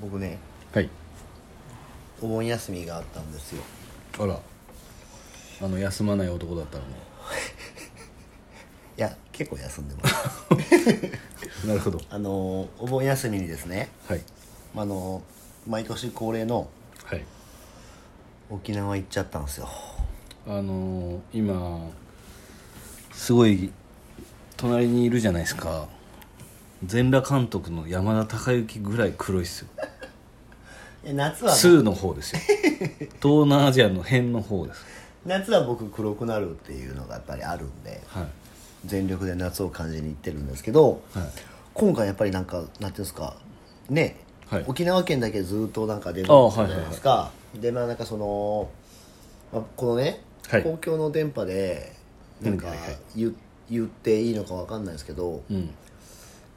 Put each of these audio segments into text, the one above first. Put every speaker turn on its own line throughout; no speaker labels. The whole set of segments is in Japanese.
僕ね
はい
お盆休みがあったんですよ
あらあの休まない男だったのね
いや結構休んでます
なるほど
あのお盆休みにですね
はい
あの毎年恒例の
はい
沖縄行っちゃったんですよ
あのー今すごい隣にいるじゃないですか全裸監督の山田孝之ぐらい黒いっすよ
いや夏は
2の方ですよ 東南アジアの辺の方です
夏は僕黒くなるっていうのがやっぱりあるんで
はい
全力で夏を感じに行ってるんですけど、
はい
今回やっぱりなんかなんていうんですかね、
はい
沖縄県だけずっとなんか電
あ
波
あ
してるじゃないですか、でまあなんかその、まあ、このね、
はい
公共の電波でなんか
うんはいはい
言,、言っていいのかわかんないですけど、
うん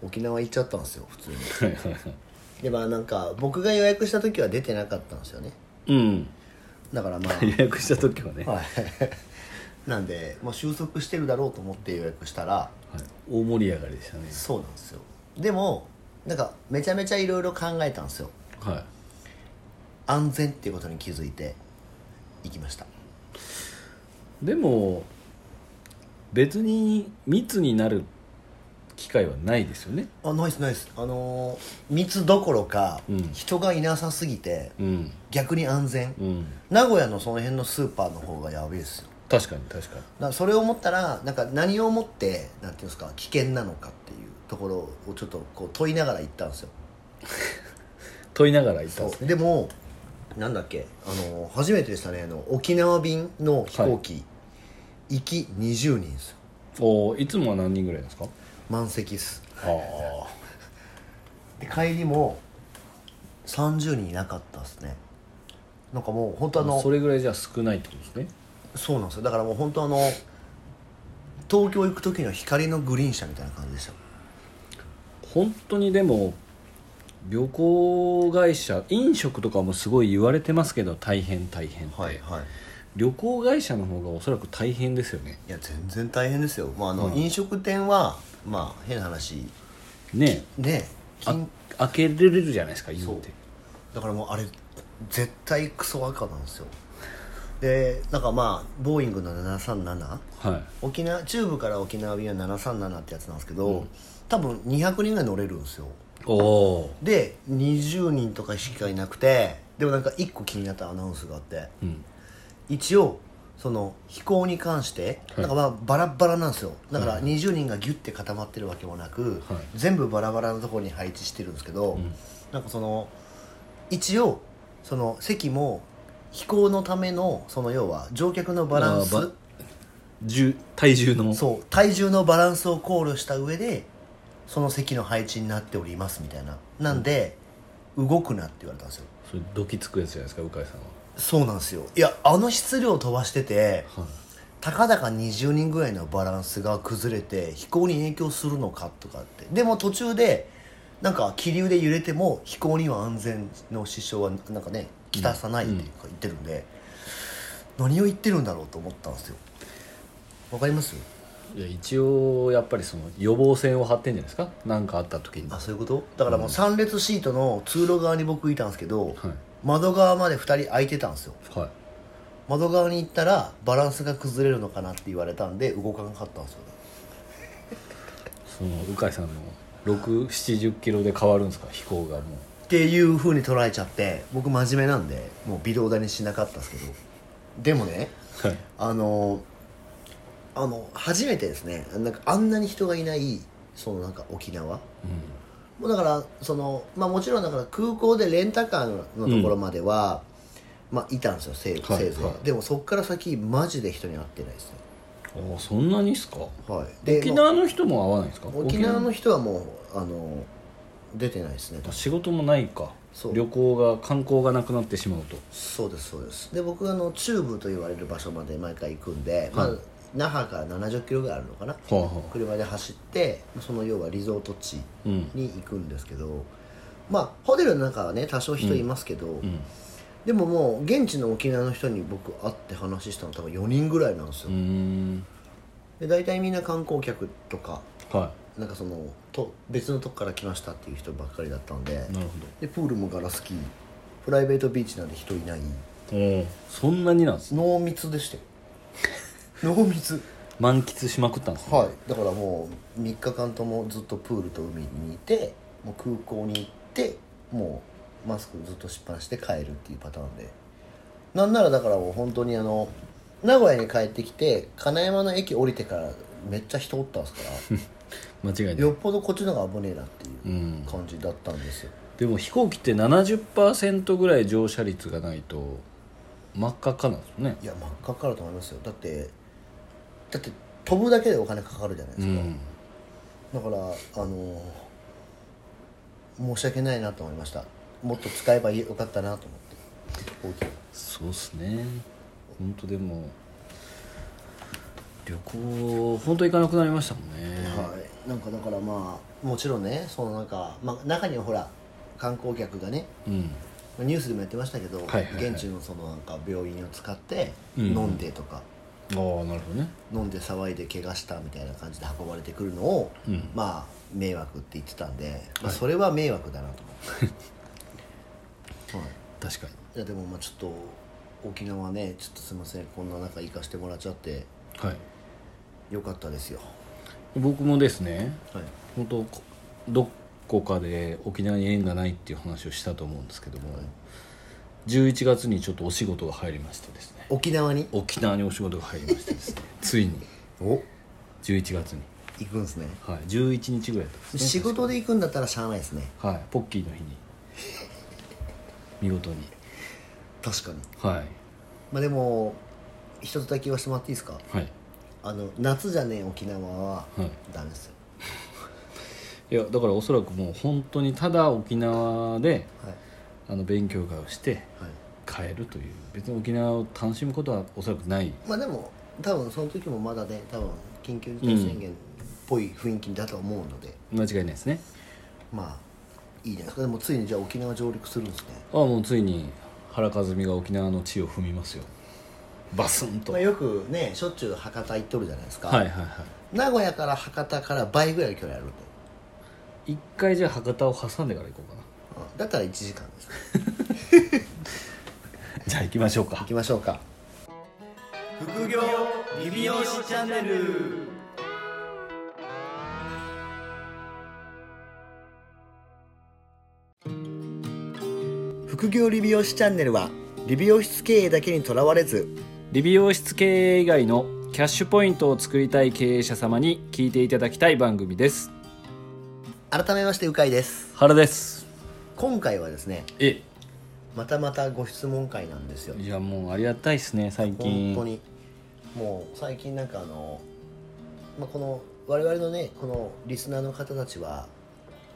沖縄行っちゃったんですよ普通に
はいはいはい
でまあなんか僕が予約した時は出てなかったんですよね
うん
だから まあ
予約した時はね、はい
はい なんで、まあ、収束してるだろうと思って予約したら
大盛り上がりでしたね
そうなんですよでもなんかめちゃめちゃいろいろ考えたんですよ
はい
安全っていうことに気づいて行きました
でも別に密になる機会はないですよね
あナイスナイスあのー密どころか、
うん
人がいなさすぎて
うん
逆に安全、
うん
名古屋のその辺のスーパーの方がやべえですよ
確かに確かに
だからそれを思ったらなんか何をもってなんていうんですか危険なのかっていうところをちょっとこう問いながら行ったんですよ
問いながら行ったん
そ
で
う
す
で
ね
もなんだっけあの初めてでしたねあの沖縄便の飛行機、行き20人ですよ
おーいつもは何人ぐらいなんですか
満席っす
ああ
で帰りも30人いなかったっすねなんかもう本当あの
そ
そ
れぐらいじゃ少ないってことですね
うなんですよだからもう本当あの東京行く時の光のグリーン車みたいな感じでした
本当にでも旅行会社飲食とかもすごい言われてますけど大変大変って、
はい
旅行会社の方がおそらく大変ですよね
いや全然大変ですよ、まああの
うん
飲食店はまあ変な話
ね
ね
あ
緊
開けれるじゃないですか言うて
だからもうあれ絶対クソ赤なんですよでなんかまあボーイングの737
はい
沖縄中部から沖縄便は737ってやつなんですけど、
うん
多分200人ぐらい乗れるんですよ
おお
で20人とかしかいなくてでもなんか1個気になったアナウンスがあって
うん
一応その飛行に関して、
はい
なんかまあバラッバラなんですよだから20人がギュッて固まってるわけもなく、
はい
全部バラバラのところに配置してるんですけど、
ん
なんかその一応その席も飛行のためのその要は乗客のバランス
あば重体重の
そう体重のバランスを考慮した上でその席の配置になっておりますみたいななんで、動くなって言われたんですよ
それドキつくやつじゃないですか鵜飼さんは
そうなんですよいやあの質量飛ばしててたかだか20人ぐらいのバランスが崩れて飛行に影響するのかとかってでも途中でなんか気流で揺れても飛行には安全の支障はなんかねきたさないっていうか言ってるんで、何を言ってるんだろうと思ったんですよわかります
いや一応やっぱりその予防線を張ってんじゃないですか何かあった時に
あ
は
そういうことだからもう3列シートの通路側に僕いたんですけど、
い
窓側まで2人空いてたんですよ
はい
窓側に行ったらバランスが崩れるのかなって言われたんで動かなかったんですよね
その鵜飼さんの670キロで変わるんですか飛行がもう
っていう風に捉えちゃって僕真面目なんでもう微動だにしなかったですけどでもね
はい
あのあの初めてですねなんかあんなに人がいないそのなんか沖縄もうだからその、まあ、もちろんだから空港でレンタカーのところまでは、まあ、いたんですよせい
はい
せいぜい、
はい
でもそっから先マジで人に会ってないですね、
うん、ああそんなにっすか
はい、で
沖
も
縄の人も会わないんですか
う沖縄の人はもうあの出てないですね
沖縄仕事もないか
そう
旅行が観光がなくなってしまうと
そうですそうですで僕あの中部と言われる場所まで毎回行くんで、まあ
はい、
那覇から7 0キロぐらいあるのかな
はあはあ
車で走ってその要はリゾート地
うん
に行くんですけどまあホテルの中はね多少人いますけど、
うん
でももう現地の沖縄の人に僕会って話したの多分4人ぐらいなんです
う
よ、
ーん
で大体みんな観光客とか
は
なんかそのと別のとこから来ましたっていう人ばっかりだったので
なる
でプールもガラスキープライベートビーチなんで人いない
ほどおおそんなになんですね
濃密で したよ濃密
満喫しまくったんですね
はいだからもう3日間ともずっとプールと海にいてもう空港に行ってもうマスクずっとしっぱなしで帰るっていうパターンでなんならだからもう本当にあの名古屋に帰ってきて金山の駅降りてからめっちゃ人おったんですから
間違い ない
よっぽどこっちの方が危ねえなって
う
いうん感じだったんですよ、
でも飛行機って70%ぐらい乗車率がないと真っ赤っかなんですよね
いや真っ赤かかると思いますよだってだって飛ぶだけでお金かかるじゃないで
う
すか、
ん
だからあの申し訳ないなと思いましたもっと使えばよかったなと思って飛行
そうっすね本当でも旅行本当行かなくなりましたもんね
機はいなんかだからまあもちろんねそのなんか、まあ、中にはほら観光客がね
うん
ニュースでもやってましたけど、
はいはいはい
現地のそのなんか病院を使って
うん
飲んでとか、
ああなるほどね
飲んで騒いで怪我したみたいな感じで運ばれてくるのを、
うん
まあ迷惑って言ってたんで、まあ、それは迷惑だなと思って、はい
確かに
いやでもまあちょっと沖縄ねちょっとすいませんこんな中行かしてもらっちゃって
はい
よかったですよ
僕もですね
はい
本当こどこかで沖縄に縁がないっていう話をしたと思うんですけども、11月にちょっとお仕事が入りましてですね
沖縄に
沖縄にお仕事が入りましてですねついに
お
11月に、
行くんですね
はい、11日ぐらいだったんですね
仕事で行くんだったらしゃあないですね
はいポッキーの日に見事に
確かに
はい
まあでも一つだけ言わせてもらっていいですか
はい
あの夏じゃねえ沖縄は
はい
ダメですよ
いやだからおそらくもう本当にただ沖縄で
はい
あの勉強会をして
はい
帰るという別に沖縄を楽しむことはおそらくない
まあでも多分その時もまだね多分緊急事態宣言っぽい雰囲気だと思うので、
間違いないですね
まあいいじゃないですかでもついにじゃあ沖縄上陸するんですね
ああもうついに原和美が沖縄の地を踏みますよバスンと、
まあ、
はい
よくねしょっちゅう博多行っとるじゃないですか、
はいは
名古屋から博多から倍ぐらいの距離あると
い一回じゃあ博多を挟んでから行こうかな
だったら1時間です
じゃあ行きましょうか
行きましょうか
副業リビオシチャンネル
副業理美容師チャンネルは理美容室経営だけにとらわれず
理美容室経営以外のキャッシュポイントを作りたい経営者様に聞いていただきたい番組です
改めましてうかいです
原です
今回はですね
え
またまたご質問会なんですよ
いやもうありがたいですね最近
本当にもう最近なんかあの、まあ、この我々のねこのリスナーの方たちは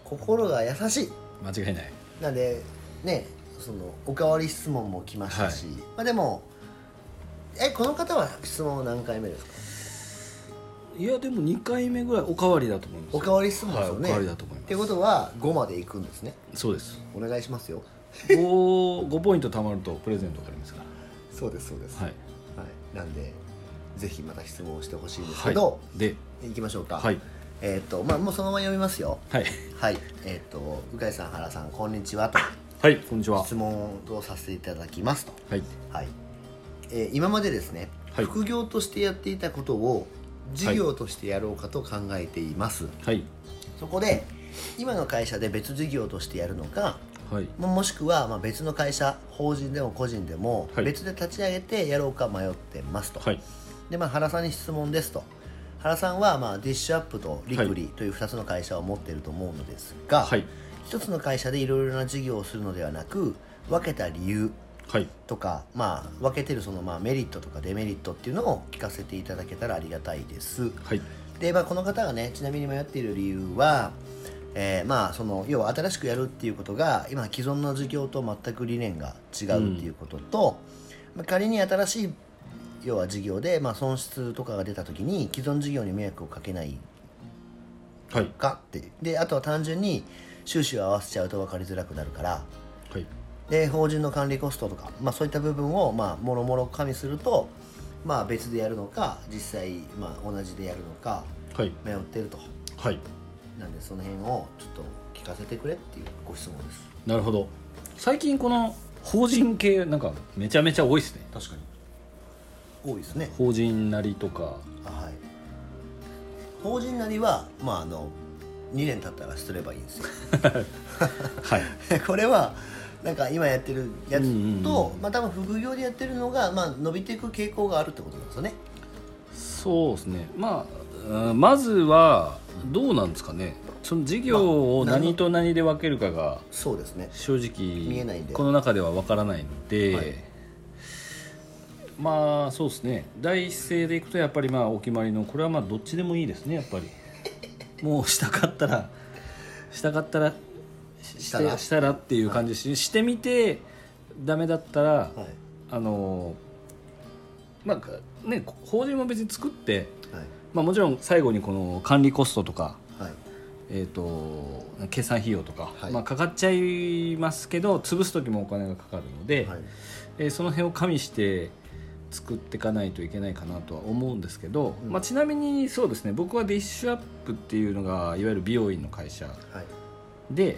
心が優しい
間違いない
なんでねそのおかわり質問も来ましたし、
はい
まあでもえこの方は質問何回目ですか
いやでも2回目ぐらいおかわりだと思います
おかわり質問ですよね、
はいおかわりだと思います
ってことは5までいくんですね
そうです
お願いしますよ
5, 5ポイント貯まるとプレゼントがありますか
そうですそうですは
らはい
い、なんでぜひまた質問してほしいんですけど、
いで
行い、きましょうか
はい
えっ、とまあもうそのまま読みますよ
はい
はいえっ、と「鵜飼さん原さんこんにちは」と
はいこんにちは
質問をさせていただきますと
はい
はいえー今までですね、
はい
副業としてやっていたことを事業としてやろうかと考えています、
はい
そこで今の会社で別事業としてやるのか
はい
ももしくはまあ別の会社法人でも個人でも
はい
別で立ち上げてやろうか迷ってますと、
はい
でまあ、原さんに質問ですと原さんはまあディッシュアップとリクリという2つの会社を持っていると思うのですが、
はい
1つの会社でいろいろな事業をするのではなく分けた理由
はい
とか、まあ、分けてるそのまあメリットとかデメリットっていうのを聞かせていただけたらありがたいです。
はい
で、まあ、この方がねちなみに迷っている理由は、えーまあ、その要は新しくやるっていうことが今既存の事業と全く理念が違うっていうことと、まあ、仮に新しい要は事業で、まあ、損失とかが出た時に既存事業に迷惑をかけない
はい
かってであとは単純に収支を合わせちゃうと分かりづらくなるから
はい
で法人の管理コストとか、まあ、そういった部分をまあもろもろ加味すると、まあ、別でやるのか実際まあ同じでやるのか
はい
迷ってると
はい
なんでその辺をちょっと聞かせてくれっていうご質問です
なるほど最近この法人系なんかめちゃめちゃ多いですね
確かに多いですね
法人なりとか
はい法人なりはまああの2年経ったら捨てればいいんですよ
はい
これはなんか今やってるやつと、
うんうん
まあ多分副業でやってるのが、まあ、伸びていく傾向があるってことなんですよね
そうですねまあうんまずはどうなんですかねその事業を
まあ何の
何と何で分けるかが
そうですね
正
見えないん
直
で
この中では分からないので、
はい
まあそうですね第一声でいくとやっぱりまあお決まりのこれはまあどっちでもいいですねやっ ぱりもうしたかったらしたかったらし
したら
てしたらっていう感じし,、してみてダメだったら、
はい
あのまあね法人も別に作って、
はい
まあ、もちろん最後にこの管理コストとか
はい
えー、と計算費用とか、
はい
まあ、かかっちゃいますけど潰す時もお金がかかるので、
はい
えーその辺を加味して作っていかないといけないかなとは思うんですけど、
うん
まあ、ちなみにそうですね僕はディッシュアップっていうのがいわゆる美容院の会社
はい
で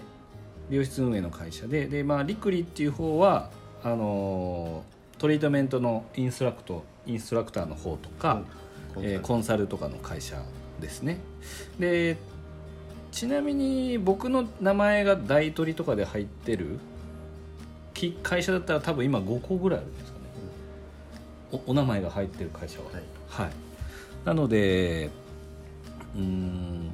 美容室運営の会社でで、まあ、リクリっていう方はあのートリートメントのインストラクトインストラクターの方とか、えーコンサルとかの会社ですねでちなみに僕の名前が大取とかで入ってるき会社だったら多分今5個ぐらいあるんですかね、おお名前が入ってる会社は
はい
はい、なのでうーん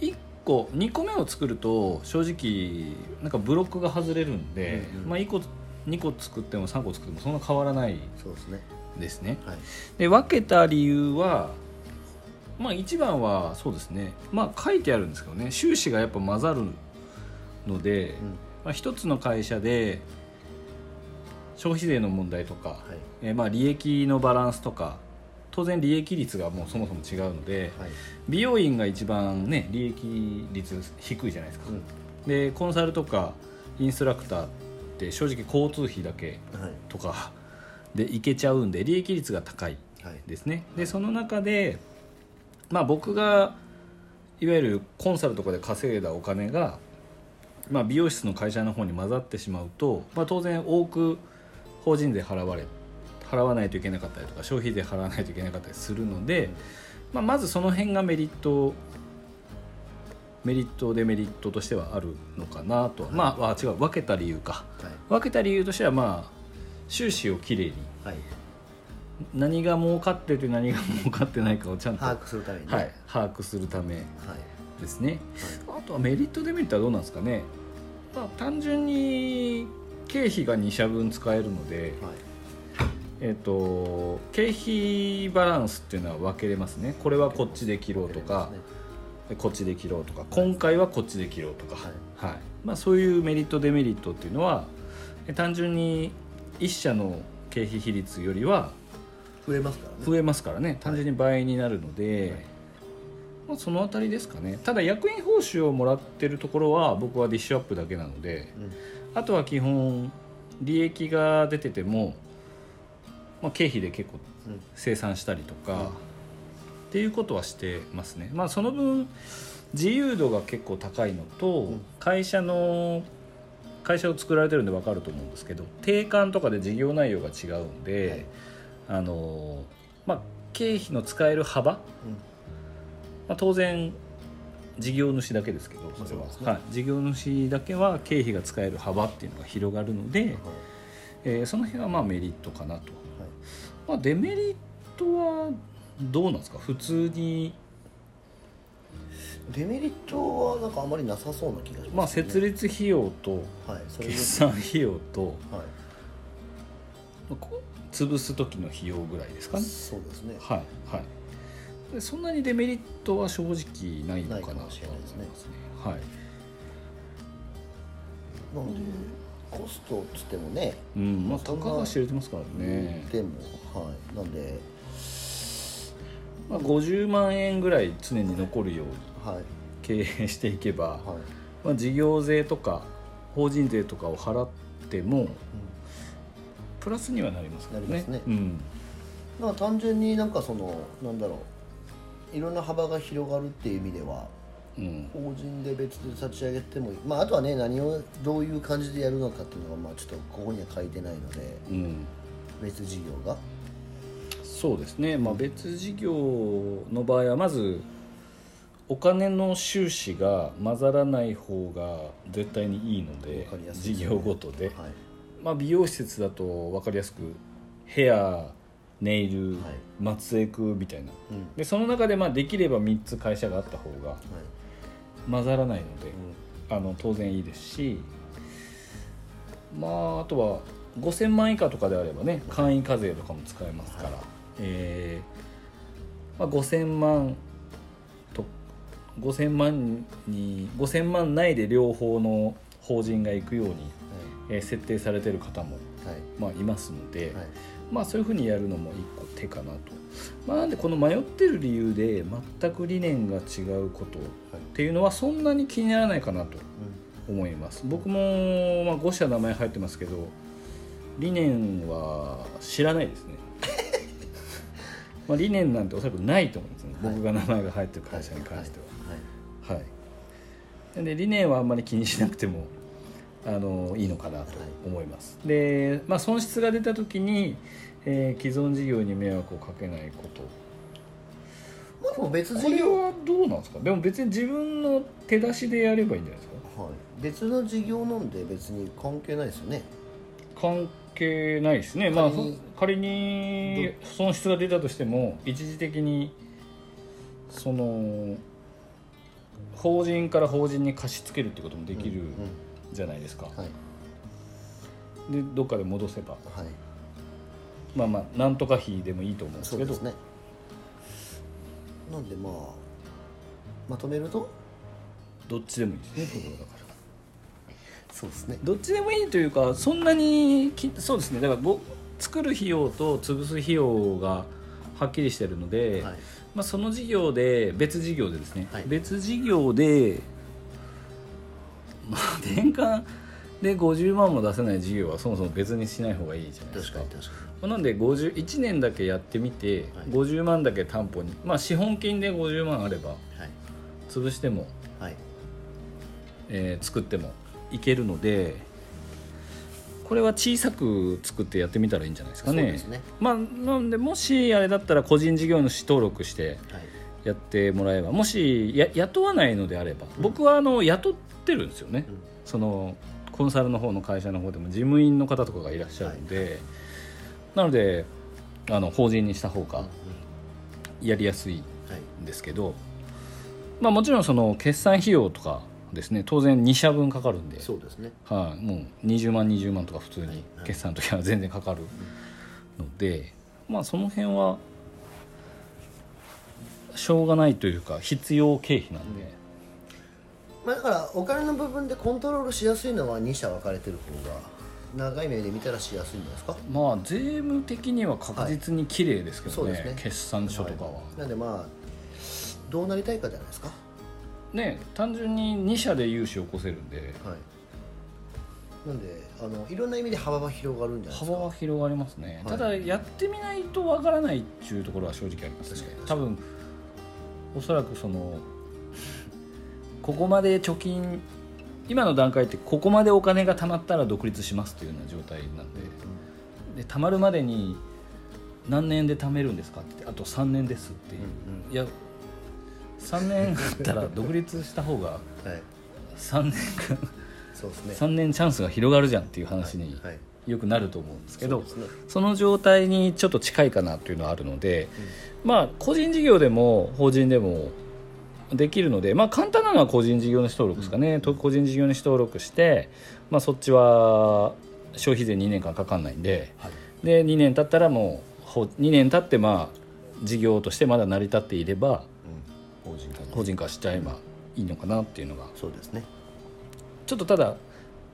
1個2個目を作ると正直なんかブロックが外れるんで、
うんうん
まあ、1個2個作っても3個作ってもそんな変わらない
そうですね
ですね
はい
で分けた理由はまあ一番はそうですねまあ書いてあるんですけどね収支がやっぱ混ざるので、
うん
まあ、一つの会社で消費税の問題とか、
はい
えーまあ利益のバランスとか当然利益率がもうそもそも違うので
はい
美容院が一番ね利益率低いじゃないですか、
う
でコンサルとかインストラクターって正直交通費だけ
んはい
とかでいけちゃうんで利益率が高い
はい
ですねでその中でまあ僕がいわゆるコンサルとかで稼いだお金が、まあ、美容室の会社の方に混ざってしまうと、まあ、当然多く法人税払われ払わないといけなかったりとか消費税払わないといけなかったりするので、まあ、まずその辺がメリットメリットデメリットとしてはあるのかなとは、まああ違う分けた理由か分けた理由としてはまあ収支をきれいに
はいはい
何が儲かってて何が儲かってないかをちゃんと、
把握するためにね
はい把握するため
はい
ですね、あとはメリットデメリットはどうなんですかね、まあ、単純に経費が2社分使えるので、
はい
えっと経費バランスっていうのは分けれますねこれはこっちで切ろうとか、こっちで切ろうとか今回はこっちで切ろうとか、
はい
はいまあ、そういうメリットデメリットっていうのはえ単純に1社の経費比率よりは
増えますからね
増えますからね単純に倍になるので、まあ、そのあたりですかねただ役員報酬をもらってるところは僕はディッシュアップだけなので
うん
あとは基本利益が出てても、まあ、経費で結構
うん
生産したりとか、
うん
っていうことはしてますねまあその分自由度が結構高いのと、
ん
会社の会社を作られてるんで分かると思うんですけど定款とかで事業内容が違うんで、あのまあ経費の使える幅、ま
うん
あ、当然事業主だけですけどそれ
そう
は、
ですね
はい、事業主だけは経費が使える幅っていうのが広がるので、
はい
えーその辺はまあメリットかなと、
はい
まあ、デメリットはどうなんですか普通に
デメリットはなんかあまりなさそうな気がします、ね、
まあ設立費用と
はいそれで
決算費用と
はい
まあこう潰す時の費用ぐらいですかね
そうですね
はいはいでそんなにデメリットは正直ないのか
ない
な
か
と
もしれないですね
思いますねはい
なのでコストっつってもね
うんまあ
そ
た
んな
かが知れてますからね、
でもはいなんで
まあ、50万円ぐらい常に残るように
はい
経営していけば、
はい、
まあ、事業税とか法人税とかを払ってもプラスにはなりますからね
なりますね
うん、
まあ単純になんかそのなんだろういろんな幅が広がるっていう意味では
うん
法人で別で立ち上げてもいい、まあ、あとはね何をどういう感じでやるのかっていうのがまあちょっとここには書いてないので
うん
別事業が
そうですね、まあ、別事業の場合はまずお金の収支が混ざらない方が絶対にいいので
わかりやすいです
事
ね
業ごとで、
はい、
まあ、美容施設だと分かりやすくヘアネイル、
はい
松江区みたいな
うんはい
でその中でまあできれば3つ会社があった方が混ざらないので、あの当然いいですしまああとは5000万以下とかであればね簡易課税とかも使えますから、えーまあ、5000万と5000万に5000万内で両方の法人が行くように、えー設定されてる方も、
はい
まあ、いますの
は
で、
いはい
まあそういうふうにやるのも一個手かなと。まあ、なんでこの迷ってる理由で全く理念が違うことっていうのはそんなに気にならないかなと思います僕も、まあ、5社名前入ってますけど理念は知らない ですねまあ理念なんておそらくないと思うんですね、
はい
僕が名前が入ってる会社に関してははいなんで理念はあんまり気にしなくてもあのいいのかなと思います、で、まあ、損失が出た時に、えー既存事業に迷惑をかけないこと
まあでも別
こ
事
れ
業
はどうなんですかでも別に自分の手出しでやればいいんじゃないですか
はい別の事業なんで別に関係ないですよね
関係ないですね、まあ、
仮に
そ仮に損失が出たとしても一時的にその法人から法人に貸し付けるってこともできる
うん
じゃないですか、
はい
でどっかで戻せば
はい
まあまあなんとか費でもいいと思うんです
そう
け
で
ど
すねなんでまあまとめると
どっちでもいい ですね僕はだから
そうですね
どっちでもいいというかそんなにきそうですねだからご作る費用と潰す費用がはっきりしてるので、
はい
まあ、その事業で別事業でですね、
はい
別事業で、まあ、年間で50万も出せない事業はそもそも別にしない方がいいじゃないです
確
か
かに確か
なんで51年だけやってみて、
はい
50万だけ担保に、まあ、資本金で50万あれば
にはい
潰しても、
はい
えー作ってもいけるのでこれは小さく作ってやってみたらいいんじゃないですか
そう
ね。
ですね
まあ、なんでもしあれだったら個人事業主登録して
はい
やってもらえばもしや雇わないのであれば僕はあの雇ってるんですよね、
うん
そのコンサルの方の会社の方でも事務員の方とかがいらっしゃるんで、なのであの法人にした方がやりやすい
はい
んですけど、まあ、もちろんその決算費用とかですね当然2社分かかるんで
そうですね
はい、もう20万20万とか普通
はい
に決算の時は全然かかるので、まあその辺はしょうがないというか必要経費なんで、
まあだからお金の部分でコントロールしやすいのは2社分かれてる方が長い目で見たらしやすいんじゃないですか
まあ税務的には確実に綺麗ですけどね,、
はいそうですね
決算書とかは、
いなんでまあどうなりたいかじゃないですか
ね単純に2社で融資を起こせるんで
はいなんであのいろんな意味で幅が広がるんじゃないです
幅
か
は広がりますね、
はい
ただやってみないとわからないっていうところは正直ありますね多分おそらくそのここまで貯金今の段階ってここまでお金が貯まったら独立しますというような状態なんでで貯まるまでに何年で貯めるんですかってあと3年ですっていう、
うん
いや3年あったら独立した方が
はい
3年 間
そうですね
3年チャンスが広がるじゃんっていう話に
はい
よくなると思うんですけど、
そうですね
その状態にちょっと近いかなというのはあるので、まあ個人事業でも法人でもできるので、まあ、簡単なのは個人事業主登録ですかね、と個人事業主登録して、まあ、そっちは消費税2年間かかんないんで
はい
で2年経ったらもうほ2年経ってまあ事業としてまだ成り立っていれば
うん法人化
法人化しちゃえばいいのかなっていうのが
そうですね
ちょっとただ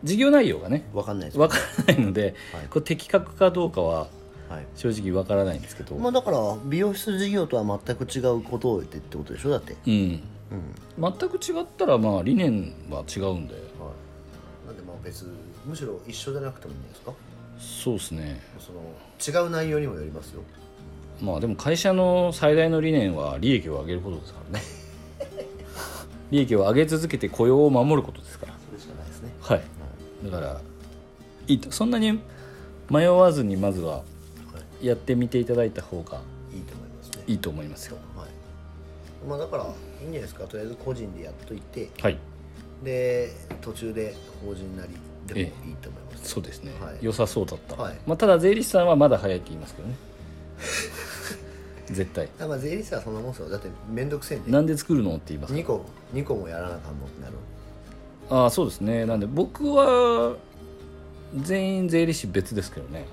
事業内容がね
わかんないです
わからないので、
はい
これ的確かどうかは
はい
正直わからないんですけど、
まあだから美容室事業とは全く違うことを言ってってことでしょだって
うん、
うん
全く違ったらまあ理念は違うんで
はいなんでまあ別むしろ一緒じゃなくてもいいんじゃないですか
そうですね
その違う内容にもよりますよ
まあでも会社の最大の理念は利益を上げることですからね 利益を上げ続けて雇用を守ることですから
それしかないですね
はいだからいいとそんなに迷わずにまずはやってみていただいた方が
いいと思いますね
いいと思いますよ
はいまあだからいいんじゃないですかとりあえず個人でやっといて
はい
で途中で法人なりでも
え
いいと思います、
そうですね、
はい
良さそうだった、
はい
まあ、ただ税理士さんはまだ早いって言いますけどね絶対
あまあ税理士はそんなもんですよだって面倒くせえんで
なんで作るのって言います
2個二個もやらなあかんのってなる
ああそうですねなんで僕は全員税理士別ですけどね、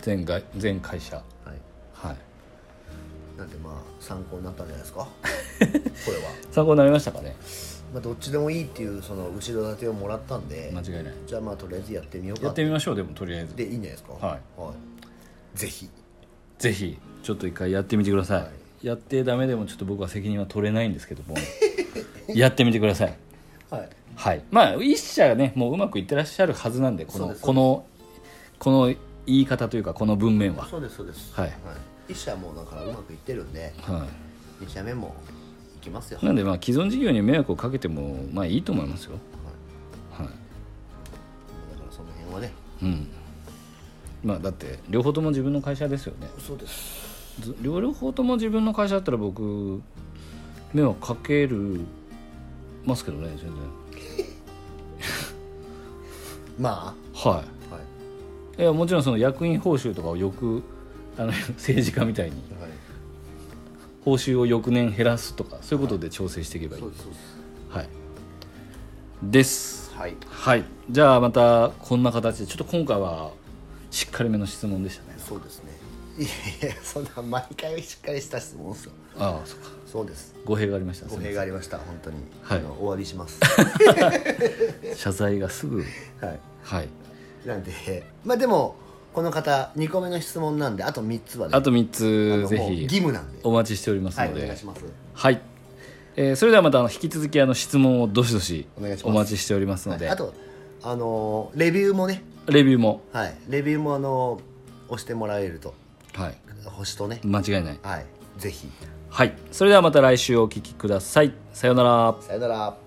全外全会社
はい
はい
なんでまあ参考になったんじゃない ですかこれは
参考になりましたかね
まあどっちでもいいっていうその後ろ盾をもらったんで
間違いない
じゃあまあとりあえずやってみようか
やってみましょうでもとりあえず
でいいんじゃないですか、
はい
ぜひ
ぜひちょっと一回やってみてください、やってダメでもちょっと僕は責任は取れないんですけども やってみてください
はい
はいまあ一社がねもううまくいってらっしゃるはずなんでこ
そう
の
です
このこの言い方というかこの文面は
そうですそうです
はい
一社もうだからうまくいってるんで
は
2社目もいきますよ
いなんでまあ既存事業に迷惑をかけてもまあいいと思いますよは
だ
い
からその辺はね
うんまあだって両方とも自分の会社ですよね
そうです
ず両両方とも自分の会社だったら僕目はかけるますけどね全然
ま
は
あはい
いやもちろんその役員報酬とかをよくあの 政治家みたいに
い、はい、
報酬を翌年減らすとかそういうことで調整していけばいい、
そ
は
う
い
ですそうです
です
はい
はいじゃあまたこんな形でちょっと今回はしっかりめの質問でしたね
そうですねいやいやそんな毎回しっかりした質問ですよ
ああそうか
そうです
語弊がありました
語弊がありました本当に、
はい
あのお詫びし ます
すいません謝罪がすぐ
はい
はい
なんでまあでもこの方2個目の質問なんであと3つはね
あと3
あ
つ
の
ぜ
もう義
ひ
務なんで
お待ちしております
はい
の
お
で、
願いします
はい、えーそれではまたあの引き続きあの質問をどしどし
お願いします
お待ちしておりますので、
あとあのーレビューもね
レビューも、
はいレビューもあのー押してもらえると
はい、
星とね
間違いない、
はいぜひ
はい、それではまた来週お聞きくださいさようなら
さよなら